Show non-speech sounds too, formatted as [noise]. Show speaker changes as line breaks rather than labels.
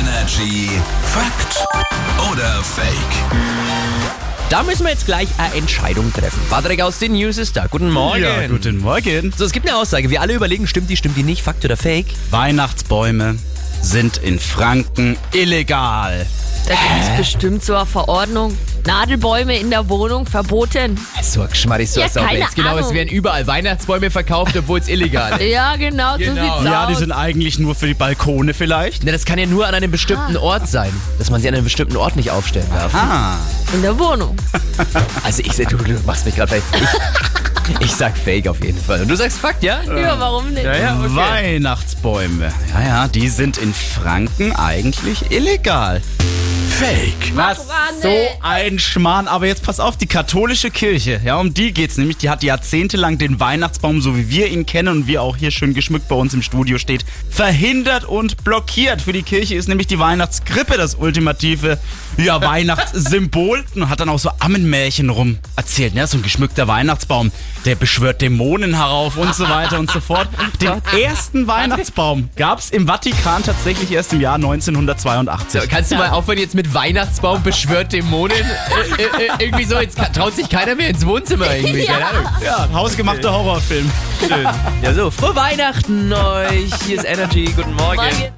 Energy Fakt oder Fake?
Da müssen wir jetzt gleich eine Entscheidung treffen. Patrick aus den News ist da. Guten Morgen.
Ja, guten Morgen.
So, es gibt eine Aussage. Wir alle überlegen, stimmt die, stimmt die nicht, Fakt oder Fake?
Weihnachtsbäume sind in Franken illegal.
Da gibt es bestimmt so eine Verordnung. Nadelbäume in der Wohnung verboten.
So, Geschmarri, so
Ja,
sauber.
keine
Jetzt Genau, es
Ahnung.
werden überall Weihnachtsbäume verkauft, obwohl es illegal
[laughs]
ist.
Ja, genau, so
Genau.
sieht's
Ja, die
aus.
sind eigentlich nur für die Balkone vielleicht.
Na, Ne, das kann ja nur an einem bestimmten
Ah.
Ort sein, dass man sie an einem bestimmten Ort nicht aufstellen darf.
Ah,
in der Wohnung.
Also ich du, du machst mich gerade Ich,
[laughs]
ich sag Fake auf jeden Fall. Und du sagst Fakt, ja?
Ja, warum nicht?
Weihnachtsbäume. Ja, ja, die sind in Franken eigentlich illegal.
Fake.
Was
Mann,
so
ey.
ein Schmarrn. Aber jetzt pass auf, die katholische Kirche, ja, um die geht's nämlich. Die hat jahrzehntelang den Weihnachtsbaum, so wie wir ihn kennen und wie er auch hier schön geschmückt bei uns im Studio steht, verhindert und blockiert. Für die Kirche ist nämlich die Weihnachtskrippe das ultimative ja, Weihnachtssymbol und hat dann auch so Ammenmärchen rum erzählt, ne? So ein geschmückter Weihnachtsbaum, der beschwört Dämonen herauf und so weiter und so fort. Den ersten Weihnachtsbaum gab's im Vatikan tatsächlich erst im Jahr 1982.
So, kannst du mal aufhören jetzt mit Weihnachtsbaum beschwört Dämonen? Äh, äh, äh, irgendwie so, jetzt ka- traut sich keiner mehr ins Wohnzimmer
[laughs]
irgendwie, keine Ahnung.
Ja, hausgemachter Horrorfilm.
Ja so, frohe Weihnachten euch. Hier ist Energy, guten Morgen.
Morgen.